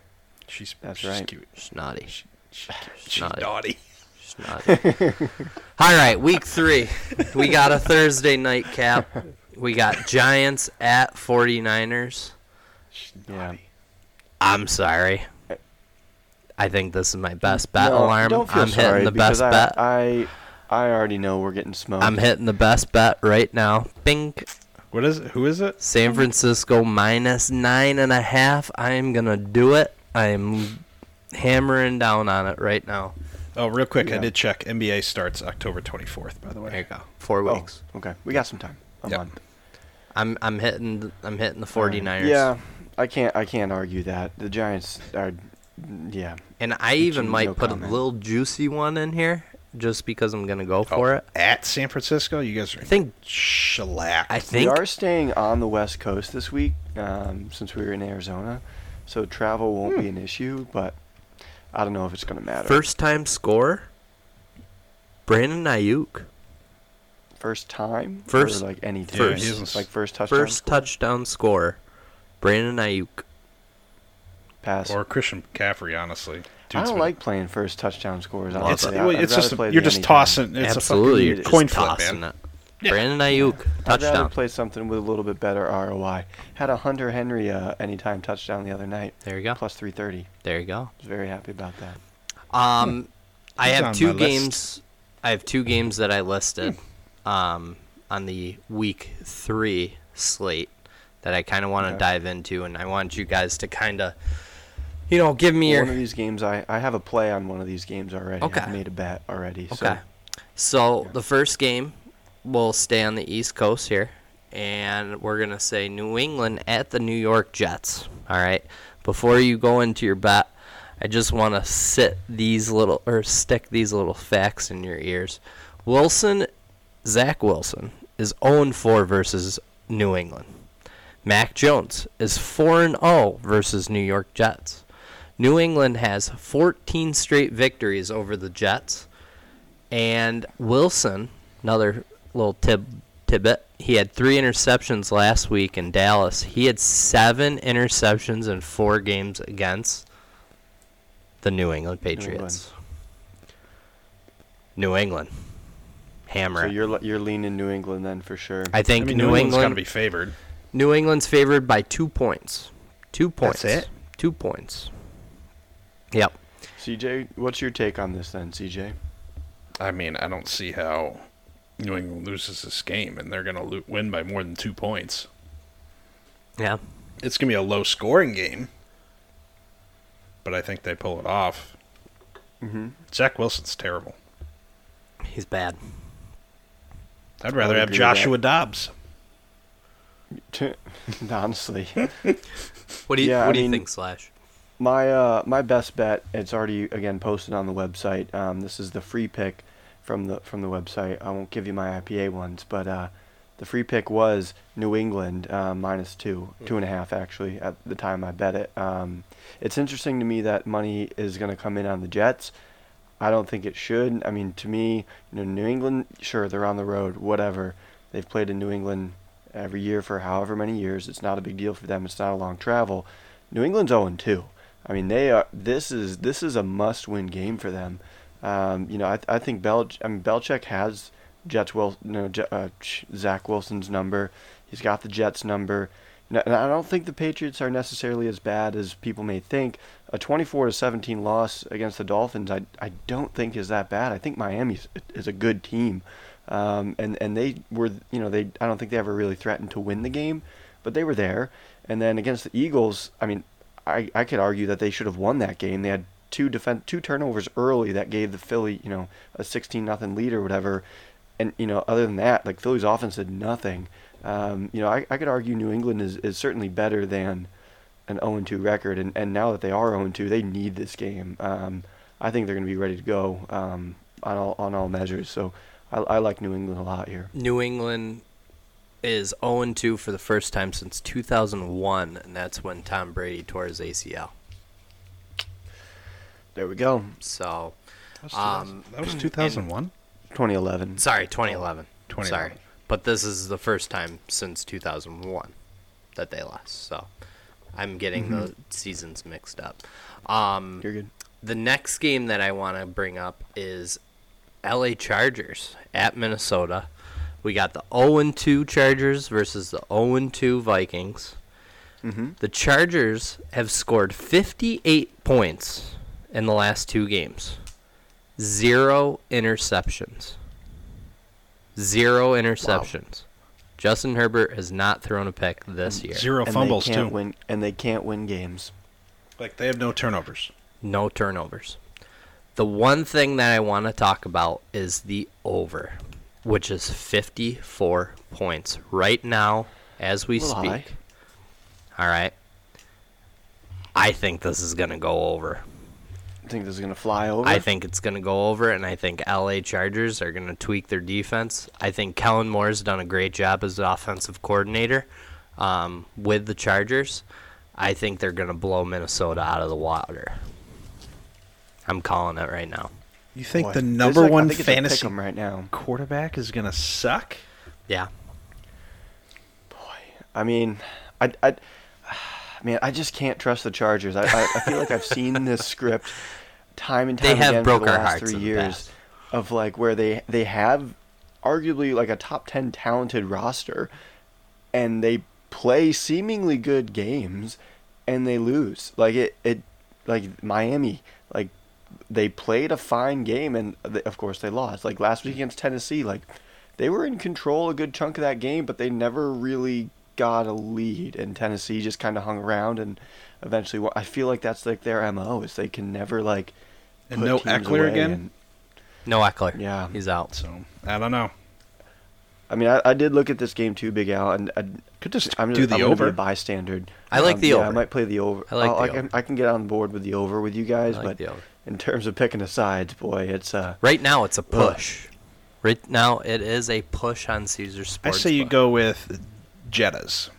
C: She's
A: That's
C: she's
A: right.
C: Cute.
B: She's naughty.
C: She, she, she's
B: naughty.
C: naughty.
B: She's naughty. all right, week three. We got a Thursday night cap. We got Giants at 49ers.
A: Yeah.
B: I'm sorry. I think this is my best bet
A: No,
B: alarm.
A: Don't feel
B: I'm
A: sorry
B: hitting the
A: because
B: best
A: I,
B: bet.
A: I I already know we're getting smoked.
B: I'm hitting the best bet right now. Bing.
C: What is it? Who is it?
B: San Francisco minus nine and a half. I am gonna do it. I am hammering down on it right now.
C: Oh, real quick, I
A: Yeah.
C: did check. NBA starts October 24th, by the
B: There you
C: way.
B: go. Four
A: oh,
B: weeks.
A: okay. We got some time. A
C: Yep.
A: month.
B: I'm I'm hitting th- I'm hitting the 49ers.
A: Yeah, I can't. I can't argue that the Giants are. Yeah,
B: And I even
A: no
B: might put a
A: comment.
B: little juicy one in here just because I'm gonna go
C: Oh.
B: for it.
C: At San Francisco, you guys are
B: I think
C: shellacked.
B: I
A: we
B: think
A: are staying on the West Coast this week um, since we were in Arizona, so travel
B: Hmm.
A: won't be an issue. But I don't know if it's going to matter.
B: first time scorer Brandon Ayuk.
A: First time.
B: First-
A: Or like any
C: Yeah,
A: time?
B: he
C: isn't-
A: like first touchdown.
B: First touchdown scorer Brandon Ayuk.
A: pass.
C: or Christian McCaffrey, honestly. Dude's
A: I don't
C: been-
A: like playing first touchdown scores.
B: It's-
C: It's,
A: Honestly, I-
C: well,
A: I'd
C: it's
A: rather
C: just
A: play
C: you're
A: the
C: just
A: anytime.
C: tossing. It's
B: Absolutely,
C: a
B: you're
C: fucking
B: just
C: coin flip,
B: tossing
C: man.
B: it. Brandon Ayuk
A: I'd
B: touchdown.
A: rather play something with a little bit better ROI. Had a Hunter Henry uh, anytime touchdown the other night,
B: There you go.
A: plus 330.
B: There you go.
A: I was very happy about that.
B: Um, I
C: Hmm. He's
B: have
C: on
B: two
C: my list.
B: games. I have two games that I listed
C: Hmm.
B: um, on the week three slate that I kind of want to
A: Okay.
B: dive into, and I want you guys to kind of, you know, give me
A: One of
B: your
A: these games, I, I have a play on one of these games already.
B: Okay.
A: I've made a bet already.
B: okay. So the first game will stay on the East Coast here, and we're gonna say New England at the New York Jets. All right. Before you go into your bet, I just want to sit these little or stick these little facts in your ears. Wilson, Zach Wilson is 0-4 versus New England. Mac Jones is 4-0 versus New York Jets. New England has 14 straight victories over the Jets. And Wilson, another little tib- tidbit, he had three interceptions last week in Dallas. He had seven interceptions in four games against the New England
A: England.
B: Patriots. New England.
A: So,
B: Hammer.
A: so
B: it.
A: you're, le- you're leaning New England then for sure.
B: I
C: I
B: think
C: mean,
B: New,
C: England's got
B: England
C: to be favored.
B: New England's favored by two points. Two points.
C: That's it?
B: Two points. Yep.
A: CJ, what's your take on this then, CJ?
C: I mean, I don't see how New England loses this game, and they're going to lo- win by more than two points.
B: Yeah.
C: It's going to be a low scoring game, but I think they pull it off.
A: Mm-hmm.
C: Zach Wilson's terrible.
B: He's bad.
C: I'd rather
A: would
C: have
A: agree with that.
C: Joshua Dobbs.
A: Honestly.
B: What do you
A: Yeah,
B: what
A: I
B: do you
A: mean-
B: think, Slash?
A: My uh, my best bet. It's already again posted on the website. Um, this is the free pick from the from the website. I won't give you my IPA ones, but uh, the free pick was New England uh, minus two, two and a half actually at the time I bet it. Um, it's interesting to me that money is going to come in on the Jets. I don't think it should. I mean, to me, you know, New England. Sure, they're on the road. Whatever. They've played in New England every year for however many years. It's not a big deal for them. It's not a long travel. New England's 0 2. I mean, they are. This is this is a must-win game for them. Um, you know, I, I think Bel. I mean, Belichick has Jets. Will no Je- uh, Ch- Zach Wilson's number. He's got the Jets number. N- And I don't think the Patriots are necessarily as bad as people may think. A 24 to 17 loss against the Dolphins, I, I don't think is that bad. I think Miami is- is a good team, um, and and they were you know they I don't think they ever really threatened to win the game, but they were there. And then against the Eagles, I mean, I, I could argue that they should have won that game. They had two defense two turnovers early that gave the Philly you know a 16 nothing lead or whatever, and you know other than that like Philly's offense did nothing. Um, you know I, I could argue New England is, is certainly better than an 0 2 record, and, and now that they are 0 2, they need this game. Um, I think they're going to be ready to go um, on all on all measures. So I, I like New England a lot here.
B: New England is 0 2 for the first time since 2001, and that's when Tom Brady tore his ACL.
A: There we go.
B: So, Um,
C: That was 2001?
A: 2011.
B: sorry, 2011.
C: 2011.
B: Sorry. But this is the first time since 2001 that they lost. So, I'm getting
A: Mm-hmm.
B: the seasons mixed up. Um,
A: You're good.
B: the next game that I want to bring up is LA Chargers at Minnesota. We got the 0 2 Chargers versus the 0 2 Vikings.
A: Mhm.
B: The Chargers have scored 58 points in the last two games, zero interceptions. Zero interceptions. Justin Herbert has not thrown a pick this year.
C: Zero
A: and
C: fumbles
A: they can't
C: too.
A: win and they can't win games.
C: Like they have no turnovers.
B: No turnovers. The one thing that I want to talk about is the over, which is 54 points right now as we
A: Little
B: speak.
A: high.
B: All right. I think this is going to go over.
A: I think this is gonna fly over.
B: I think it's going to go over, and I think LA Chargers are going to tweak their defense. I think Kellen Moore's done a great job as the offensive coordinator um, with the Chargers. I think they're going to blow Minnesota out of the water. I'm calling it right now.
C: You think
A: Boy,
C: the
A: there's
C: number
A: like- I
C: one
A: think it's a
C: fantasy
A: pick 'em right now.
C: quarterback is gonna suck?
B: Yeah.
A: I mean, I, I, man, I just can't trust the Chargers. I, I, I feel like I've seen this script time and time
B: They have
A: again
B: broke
A: for the
B: our
A: last
B: hearts
A: three
B: in the
A: years
B: past.
A: of like where they they have arguably like a top ten talented roster, and they play seemingly good games, and they lose. Like it, it, like Miami, like they played a fine game, and they, of course they lost. Like last week against Tennessee, like they were in control a good chunk of that game, but they never really got a lead, and Tennessee just kind of hung around and eventually. won. I feel like that's like their mo is they can never like.
C: And
A: put
C: no
A: teams
C: Eckler
A: away
C: again?
A: and-
B: No Eckler.
A: Yeah.
B: He's out.
C: So I don't know.
A: I mean, I, I did look at this game too, Big Al, and I,
C: Could just
A: I'm
C: do
A: just,
C: the
A: I'm gonna Be
C: over.
A: a bystander. Um,
B: I like the
A: yeah, I
B: over.
A: might play the over.
B: I like
A: I'll-
B: the
A: I can, I can get on board with the over with you guys,
B: I like
A: but
B: the over.
A: in terms of picking the sides, boy, it's uh.
B: Right now, it's a push. Right now, it is a push on Caesar
C: I
B: Sports.
C: say you go with Jettas.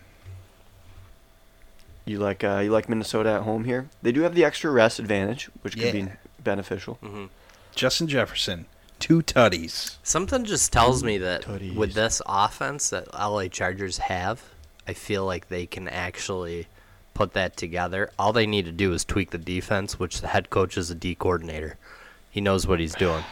A: You like uh, you like Minnesota at home here. They do have the extra rest advantage, which could be
C: Yeah.
A: beneficial.
B: Mm. Mm-hmm.
C: Justin Jefferson. Two tutties.
B: Something just tells me that
A: Tooties.
B: with this offense that LA Chargers have, I feel like they can actually put that together. All they need to do is tweak the defense, which the head coach is a D coordinator. He knows what he's doing.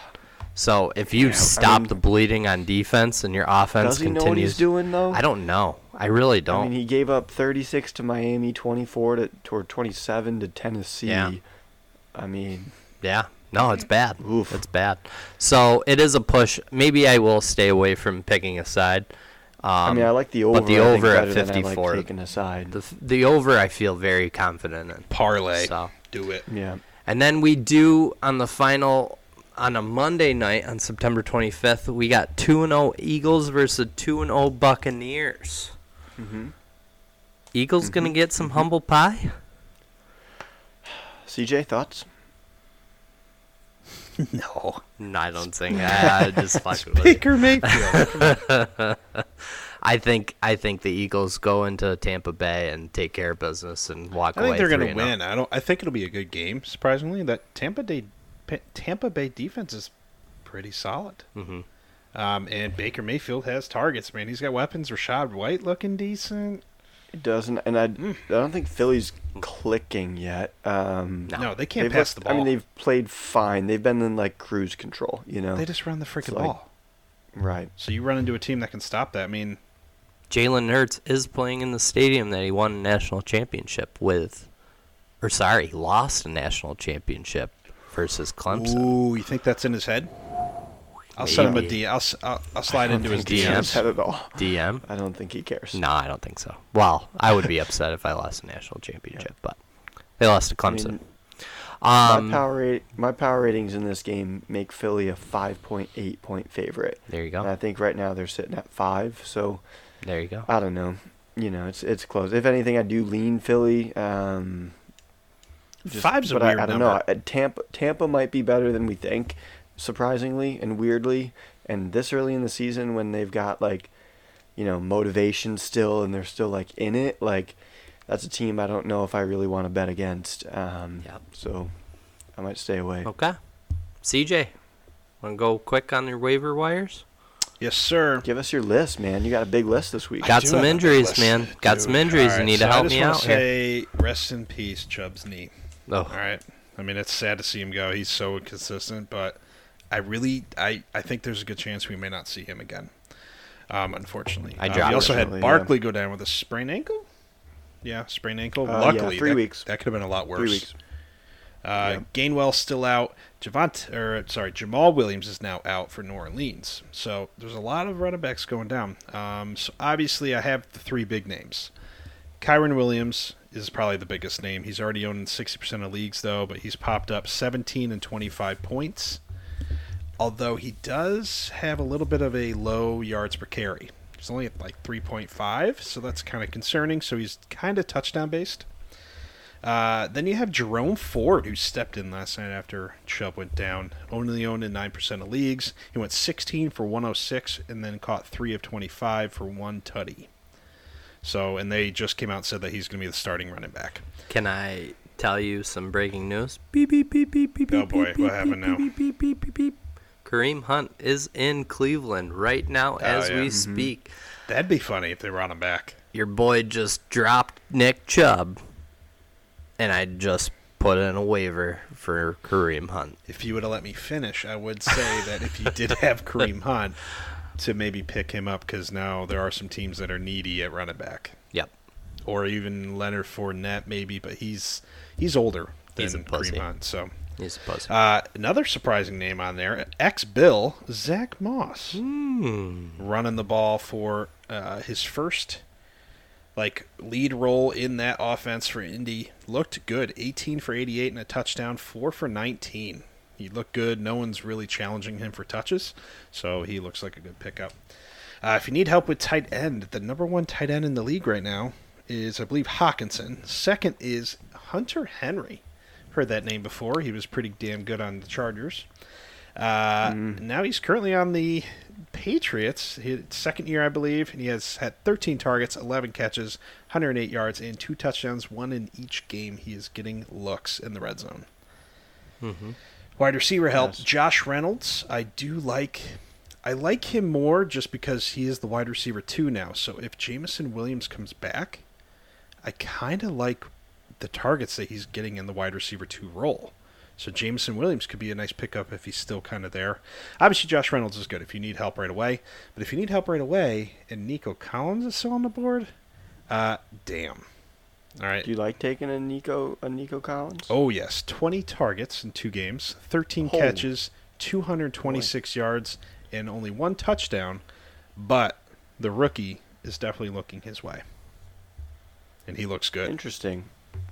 B: So if you stop
A: mean-
B: the bleeding on defense and your offense
A: Does he
B: continues,
A: know what he's doing though?
B: I don't know. I really
A: I
B: don't.
A: mean, he gave up 36 to Miami, 24 to or 27 to Tennessee.
B: Yeah.
A: I mean,
B: Yeah. No, it's bad.
A: Oof.
B: It's bad. So it is a push. Maybe I will stay away from picking a side. Um,
A: I mean, I like the over.
B: but the
A: I think,
B: over at
A: better than I like
B: 54.
A: taking a side.
B: the f- the over I feel very confident in.
C: Parlay.
B: So
C: Do it.
A: yeah.
B: and then we do on the final on a Monday night on September 25th we got two and zero Eagles versus two and zero Buccaneers.
C: Mm-hmm.
B: Eagles gonna get some humble pie.
A: CJ, thoughts?
C: No.
B: No, I don't think. I, I just fucking with you.
C: Baker Mayfield.
B: I think I think the Eagles go into Tampa Bay and take care of business and walk
C: I
B: away.
C: think they're going to
B: 3-0.
C: win. I don't. I think it'll be a good game. Surprisingly, that Tampa Bay P- Tampa Bay defense is pretty solid.
B: Mhm.
C: Um, and Baker Mayfield has targets. Man, he's got weapons. Rashad White looking decent.
A: It doesn't, and I,
C: Hmm.
A: I don't think Philly's clicking yet. Um,
B: No.
C: No, they can't
A: they've
C: pass
A: looked-
C: the ball.
A: I mean, they've played fine. They've been in like cruise control, you know.
C: they just run the freaking
A: like-
C: ball.
A: right.
C: So you run into a team that can stop that. I mean,
B: Jalen Hurts is playing in the stadium that he won a national championship with, or sorry, lost a national championship versus Clemson.
C: ooh, you think that's in his head? I'll send him a
B: Maybe.
C: D. I'll s- I'll, I'll slide
A: I don't
C: into his
A: think he cares
B: DMs.
C: DMs.
A: at all.
B: DM?
A: I don't think he cares.
B: No, I don't think so. Well, I would be upset if I lost a national championship, but they lost to
A: mean,
B: Clemson. um,
A: my power rate, my power ratings in this game make Philly a 5.8 point favorite.
B: there you
A: And I
B: go.
A: think right now they're sitting at five. So
B: There you go.
A: I don't know. You know, it's it's close. If anything, I do lean Philly. Um, just-
C: Five's a
A: but
C: weird
A: I, I don't
C: number.
A: know. I- Tampa Tampa might be better than we think, surprisingly and weirdly. And this early in the season, when they've got like, you know, motivation still, and they're still like in it, like that's a team I don't know if I really want to bet against. Um,
B: Yep.
A: So I might stay away.
C: Oh.
B: Okay. CJ, want to go quick on your waiver wires?
C: Yes, sir.
A: Give us your list, man. You got a big list this week.
B: Got
C: do
B: some
C: have a
B: injuries,
C: list,
B: man. Got some injuries. You
C: Alright,
B: need to help me
C: I
B: out
C: just
B: here.
C: want to say, rest in peace, Chubb's knee.
B: Oh,
C: All right. I mean, it's sad to see him go. He's so inconsistent, but I really, I, I think there's a good chance we may not see him again. Um, unfortunately,
B: I
C: Um,
B: dropped
C: we also
A: him.
C: had
A: Yeah.
C: Barkley go down with a sprained ankle. Yeah, sprained ankle.
A: Uh, yeah,
C: Luckily,
A: three
C: that-
A: weeks.
C: That could have been a lot worse.
A: Three weeks.
C: Uh, Gainwell's still out. Javant, or sorry, Jamal Williams is now out for New Orleans. So there's a lot of running backs going down. Um, so obviously, I have the three big names. Kyron Williams is probably the biggest name. He's already owned in 60% of leagues, though, but he's popped up 17 and 25 points. Although he does have a little bit of a low yards per carry. He's only at like 3.5, so that's kind of concerning. So he's kind of touchdown based. Uh, then you have Jerome Ford, who stepped in last night after Chubb went down. Only owned in 9% of leagues. He went 16 for 106 and then caught 3 of 25 for one tutty. So, and they just came out and said that he's going to be the starting running back.
B: Can I tell you some breaking news? Beep beep beep beep beep.
C: Oh,
B: beep,
C: boy,
B: beep,
C: what
B: beep,
C: happened
B: beep,
C: now?
B: Beep, beep, beep, beep, beep. Kareem Hunt is in Cleveland right now as
C: yeah.
B: we
C: Mhm.
B: speak.
C: That'd be funny if they brought him back.
B: Your boy just dropped Nick Chubb, and I just put in a waiver for Kareem Hunt.
C: If you would have let me finish, I would say that if you did have Kareem Hunt, to maybe pick him up because now there are some teams that are needy at running back,
B: Yep.
C: or even Leonard Fournette maybe, but he's he's older than
B: He's a pussy.
C: Kareem Hunt. So
B: He's a pussy.
C: uh, another surprising name on there, ex Bill Zach Moss.
B: Hmm.
C: running the ball for uh, his first like lead role in that offense for Indy. Looked good, 18 for 88 and a touchdown, four for 19. He looked good. No one's really challenging him for touches, so he looks like a good pickup. Uh, if you need help with tight end, the number one tight end in the league right now is, I believe, Hawkinson. Second is Hunter Henry. Heard that name before. He was pretty damn good on the Chargers. Uh, Now he's currently on the Patriots, his second year, I believe, and he has had 13 targets, 11 catches, 108 yards, and two touchdowns, one in each game. He is getting looks in the red zone. Wide receiver help,
A: Yes.
C: Josh Reynolds. I do like, I like him more just because he is the wide receiver two now. So if Jamison Williams comes back, I kind of like the targets that he's getting in the wide receiver two role. So Jameson Williams could be a nice pickup if he's still kind of there. Obviously, Josh Reynolds is good if you need help right away. But if you need help right away and Nico Collins is still on the board, uh, damn. All right.
A: Do you like taking a Nico a Nico Collins?
C: Oh yes, 20 targets in two games, 13
A: Holy.
C: catches, 226 yards, and only one touchdown. But the rookie is definitely looking his way, and he looks good.
A: Interesting.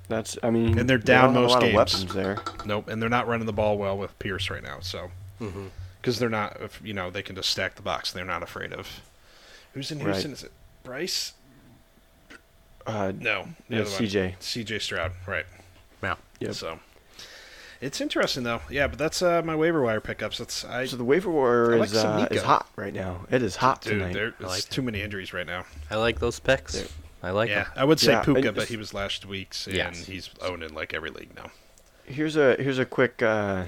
A: That's I mean
C: And they're
A: they
C: down
A: don't have
C: most
A: a lot
C: games.
A: of weapons there.
C: Nope, and they're not running the ball well with Pierce right now, so
B: Mm-hmm.
C: because they're not, if- you know, they can just stack the box. They're not afraid of who's in
A: Right.
C: Houston. Is it Bryce?
A: Uh,
C: No, the
A: no,
C: other one.
A: CJ.
C: C.J. Stroud, right?
B: Yeah.
A: Yep.
C: So it's interesting though. Yeah, but that's uh, my waiver wire pickups. That's I
A: So the waiver wire
C: I like
A: is,
C: some
A: uh, is
C: Nico.
A: hot right now. It is hot
C: Dude,
A: tonight.
C: there,
B: I
C: it's
B: like
C: too many injuries right now.
B: I like those picks.
A: There.
B: I like
C: yeah,
B: them.
C: I would say
A: Yeah,
C: Puka,
A: and
C: but
A: if-
C: he was last week's, and
B: Yes.
C: he's owned in like every league now.
A: Here's a here's a quick uh,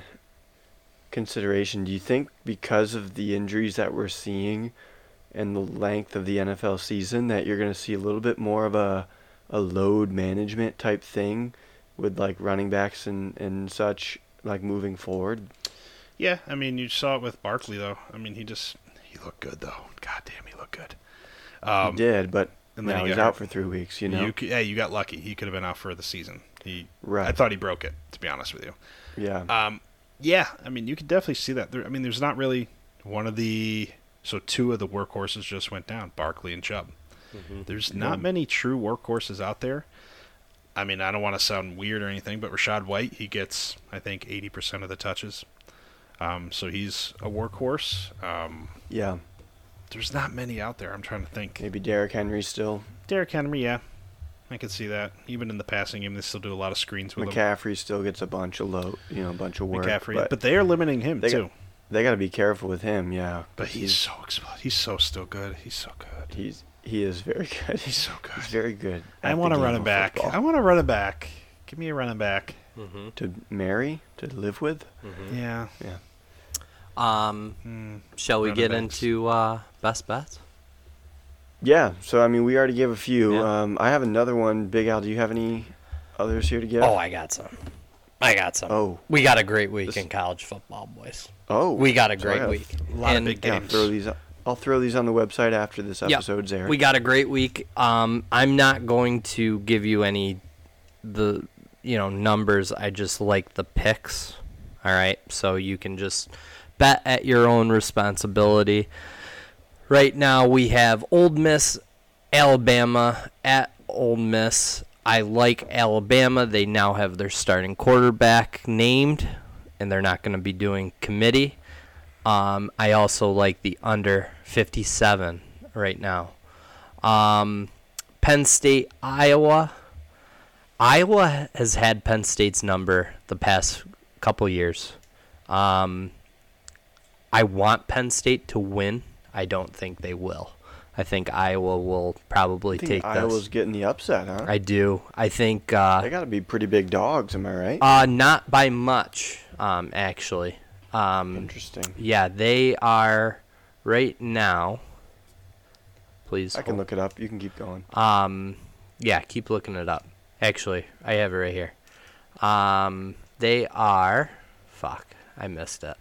A: consideration. Do you think because of the injuries that we're seeing and the length of the NFL season that you're going to see a little bit more of a a load management type thing with like running backs and and such like moving forward?
C: Yeah, I mean, you saw it with Barkley though. I mean, he just he looked good though. God damn, he looked good. Um,
A: he did, but
C: and then
A: now
C: he
A: he's
C: got
A: out
C: hurt.
A: for 3 weeks, you know.
C: You c hey, you got lucky. He could have been out for the season. He,
A: Right.
C: I thought he broke it. To be honest with you.
A: yeah.
C: Um, yeah, I mean, you could definitely see that. There, I mean, there's not really one of the so two of the workhorses just went down, Barkley and Chubb. There's not many true workhorses out there. I mean, I don't want to sound weird or anything, but Rashad White, he gets I think 80% of the touches. Um, so he's a workhorse. Um,
A: yeah.
C: there's not many out there. I'm trying to think.
A: Maybe Derrick Henry still.
C: Derrick Henry, yeah, I could see that. Even in the passing game, they still do a lot of screens with him.
A: McCaffrey still gets a bunch of low, you know, a bunch of work.
C: McCaffrey,
A: but,
C: but, they are limiting him
A: They got-
C: too.
A: they got to be careful with him, yeah.
C: But he's so explosive. He's so still good. He's so good.
A: He's he is very good.
C: He's so
A: He's
C: good.
A: very good.
C: I
A: at the
C: want to
A: game
C: run him
A: of
C: back. I
A: football.
C: want to run him back. Give me a running back.
B: Mm-hmm.
A: To marry, to live with.
B: Mm.
C: Yeah.
B: Um,
C: Mm.
B: shall we
C: Running
B: get
C: backs.
B: into uh, best bets?
A: Yeah. So I mean, we already gave a few.
B: Yeah.
A: Um, I have another one. Big Al, do you have any others here to give?
B: Oh, I got some. I got some.
A: Oh.
B: We got a great week
A: This-
B: in college football, boys.
A: Oh,
B: We got a
A: sorry,
B: great
A: I'll-
B: week.
C: A lot of
B: And-
C: big
A: Yeah, I'll
C: games.
A: throw these. I'll throw these on the website after this
B: Yep.
A: episode's aired.
B: We got a great week. Um, I'm not going to give you any the you know numbers. I just like the picks. All right, so you can just bet at your own responsibility. Right now we have Old Miss, Alabama at Old Miss. I like Alabama. They now have their starting quarterback named, and they're not going to be doing committee. Um, I also like the under 57 right now. Um, Penn State, Iowa. Iowa has had Penn State's number the past couple years. Um, I want Penn State to win. I don't think they will. I think Iowa will probably
A: I think
B: take
A: Iowa's
B: this.
A: getting the upset, huh?
B: I do. I think uh,
A: They got to be pretty big dogs, am I right?
B: uh, not by much, um, actually. Um,
A: Interesting.
B: yeah, they are right now. Please.
A: I can
B: hold-
A: look it up. You can keep going.
B: Um, yeah, keep looking it up. Actually, I have it right here. Um, they are. Fuck, I missed it.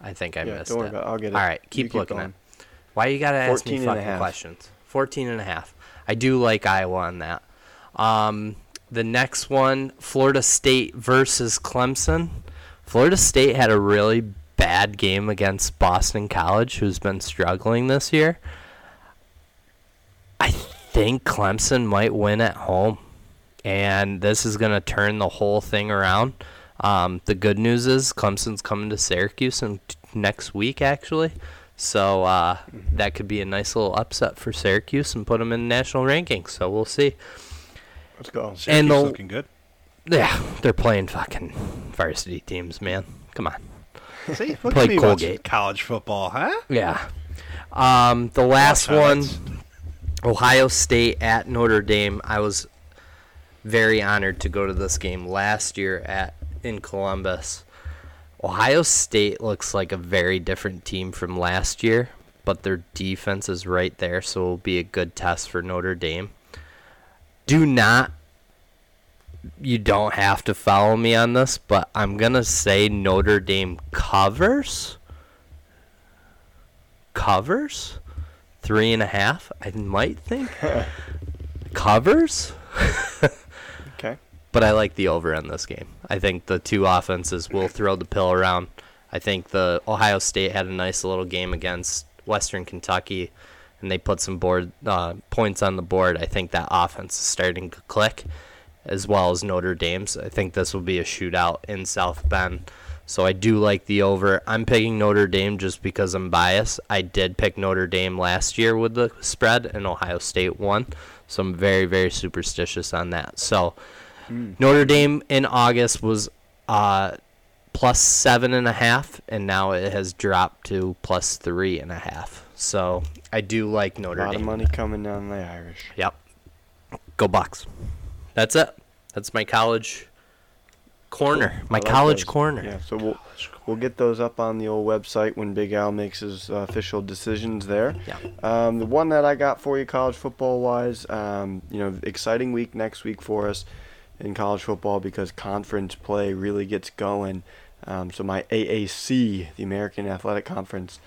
B: I think I
A: yeah,
B: missed
A: don't worry
B: it.
A: about it. I'll get it.
B: All right,
A: You
B: keep, looking
A: going.
B: at. Why you gotta ask
A: 14 and
B: me
A: a
B: fucking
A: half.
B: questions? 14 and a half. I do like Iowa on that. Um, the next one, Florida State versus Clemson. Florida State had a really bad game against Boston College, who's been struggling this year. I think Clemson might win at home, and this is gonna turn the whole thing around. Um, the good news is Clemson's coming to Syracuse in t- next week, actually. So uh, that could be a nice little upset for Syracuse and put them in the national rankings. So we'll see.
A: Let's go.
C: Syracuse's
B: And the-
C: looking good.
B: Yeah, they're playing fucking varsity teams, man. Come on.
C: See, look
B: Play
C: at me watching
B: Colgate.
C: college football, huh?
B: Yeah. Um, the last
C: Watch
B: one,
C: highlights.
B: Ohio State at Notre Dame. I was very honored to go to this game last year at in Columbus. Ohio State looks like a very different team from last year, but their defense is right there, so it'll be a good test for Notre Dame. Do not you don't have to follow me on this, but I'm going to say Notre Dame covers covers three and a half i might think covers
A: Okay.
B: but i like the over in this game i think the two offenses will throw the pill around i think the ohio state had a nice little game against western kentucky and they put some board uh, points on the board i think that offense is starting to click as well as notre dame's i think this will be a shootout in south bend so I do like the over. I'm picking Notre Dame just because I'm biased. I did pick Notre Dame last year with the spread, and Ohio State won. So I'm very, very superstitious on that. So
A: Mm.
B: Notre Dame in August was uh, plus seven and a half, and now it has dropped to plus three and a half. So I do like
A: A
B: Notre
A: lot
B: Dame.
A: of money coming down the Irish.
B: Yep. Go Bucks. That's it. That's my college corner.
A: Cool.
B: My
A: I like
B: college
A: those.
B: corner.
A: Yeah, so we'll we'll get those up on the old website when Big Al makes his uh, official decisions there.
B: Yeah.
A: Um, the one that I got for you, college football wise, um, you know, exciting week next week for us in college football because conference play really gets going. Um, so my AAC, the American Athletic Conference,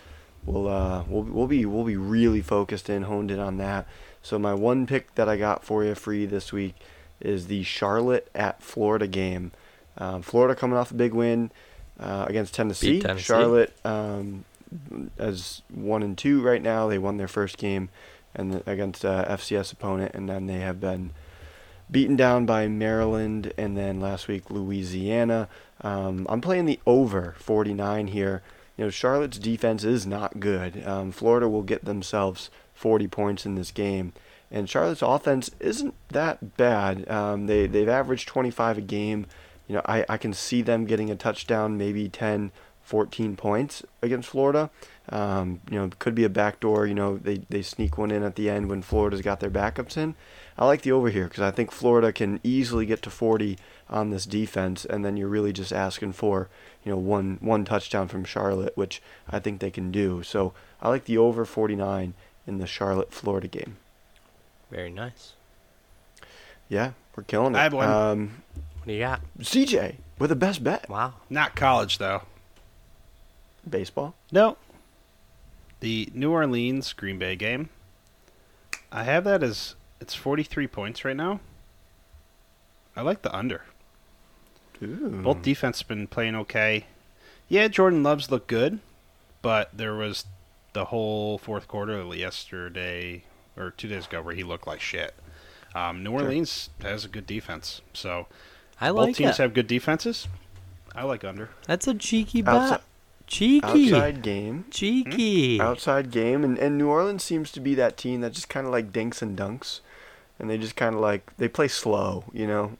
A: will uh, will will be will be really focused in, honed in on that. So my one pick that I got for you free this week is the Charlotte at Florida game. Um, Florida coming off a big win uh, against Tennessee.
B: Tennessee.
A: Charlotte um, as one and two right now. They won their first game and against uh, FCS opponent, and then they have been beaten down by Maryland and then last week Louisiana. Um, I'm playing the over 49 here. You know, Charlotte's defense is not good. Um, Florida will get themselves 40 points in this game. And Charlotte's offense isn't that bad. Um, they, they've averaged 25 a game. You know, I, I can see them getting a touchdown, maybe 10, 14 points against Florida. Um, you know, could be a backdoor. You know, they, they sneak one in at the end when Florida's got their backups in. I like the over here because I think Florida can easily get to 40 on this defense, and then you're really just asking for you know one one touchdown from Charlotte, which I think they can do. So I like the over 49 in the Charlotte Florida game.
B: Very nice.
A: Yeah, we're killing it.
C: I have one.
A: Um,
B: What do you got?
A: CJ with the best bet
B: Wow.
C: Not college though.
A: baseball.
C: No. The New Orleans Green Bay game. I have that as it's 43 points right now. I like the under.
A: Ooh.
C: Both defense have been playing okay. Yeah, Jordan Love's looked good, but there was the whole fourth quarter yesterday or two days ago where he looked like shit. Um, New Orleans has a good defense, so
B: I
C: both
B: like
C: teams
B: it.
C: have good defenses. I like under.
B: That's a cheeky
A: Outside-
B: bop. Cheeky.
A: outside Hmm? game.
B: Cheeky.
A: outside game and, and New Orleans seems to be that team that just kind of like dinks and dunks and they just kind of like they play slow, you know.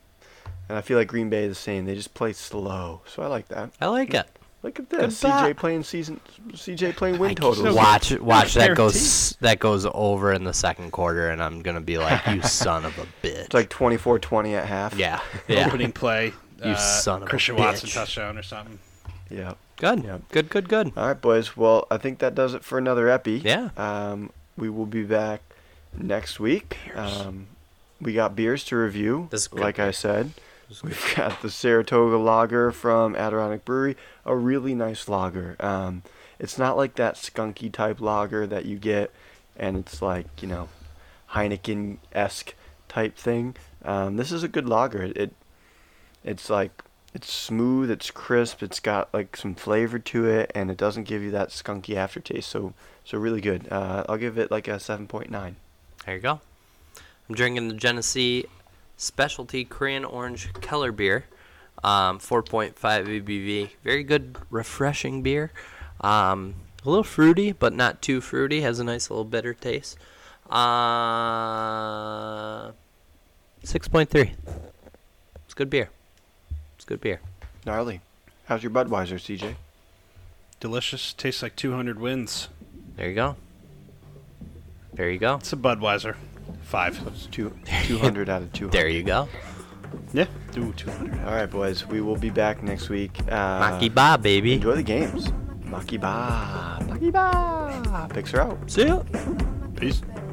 A: And I feel like Green Bay is the same. They just play slow. So I like that.
B: I like it.
A: Look at this.
B: Goodbye.
A: CJ playing season CJ playing
B: I
A: win
B: just
A: totals.
B: Watch, watch that goes
C: guarantees.
B: that goes over in the second quarter, and I'm gonna be like, "You son of a bitch!"
A: It's like 24-20 at half.
B: yeah, yeah,
C: Opening play. uh,
B: You son of a
C: Christian Watson
B: bitch.
C: touchdown or something.
A: Yeah.
B: good,
A: Yeah.
B: good, good, good.
A: All right, boys. Well, I think that does it for another epi.
B: Yeah.
A: Um, we will be back next week.
C: Beers.
A: Um, we got beers to review.
B: This is good
A: like I
B: beer.
A: said, we've got the Saratoga Lager from Adirondack Brewery, a really nice lager. Um, it's not like that skunky type lager that you get, and it's like you know, Heineken esque type thing. Um, this is a good lager. It, it it's like it's smooth, it's crisp, it's got like some flavor to it, and it doesn't give you that skunky aftertaste. So so really good. Uh, I'll give it like a seven point nine.
B: There you go. I'm drinking the Genesee Specialty Korean Orange Keller beer, um, 4.5 ABV. Very good, refreshing beer. Um, a little fruity, but not too fruity. Has a nice little bitter taste. Uh, 6.3. It's good beer. It's good beer.
A: Gnarly. How's your Budweiser, CJ?
C: Delicious. Tastes like 200 wins.
B: There you go. There you go.
C: It's a Budweiser. Five.
A: Two two hundred out of two
B: There
A: hundred.
B: you go.
C: Yeah. Do 200.
A: All right, boys. We will be back next week. Uh,
B: Maki ba, baby.
A: enjoy the games. Maki ba. Maki ba. Picks her out.
B: See ya.
C: Peace.
A: Peace.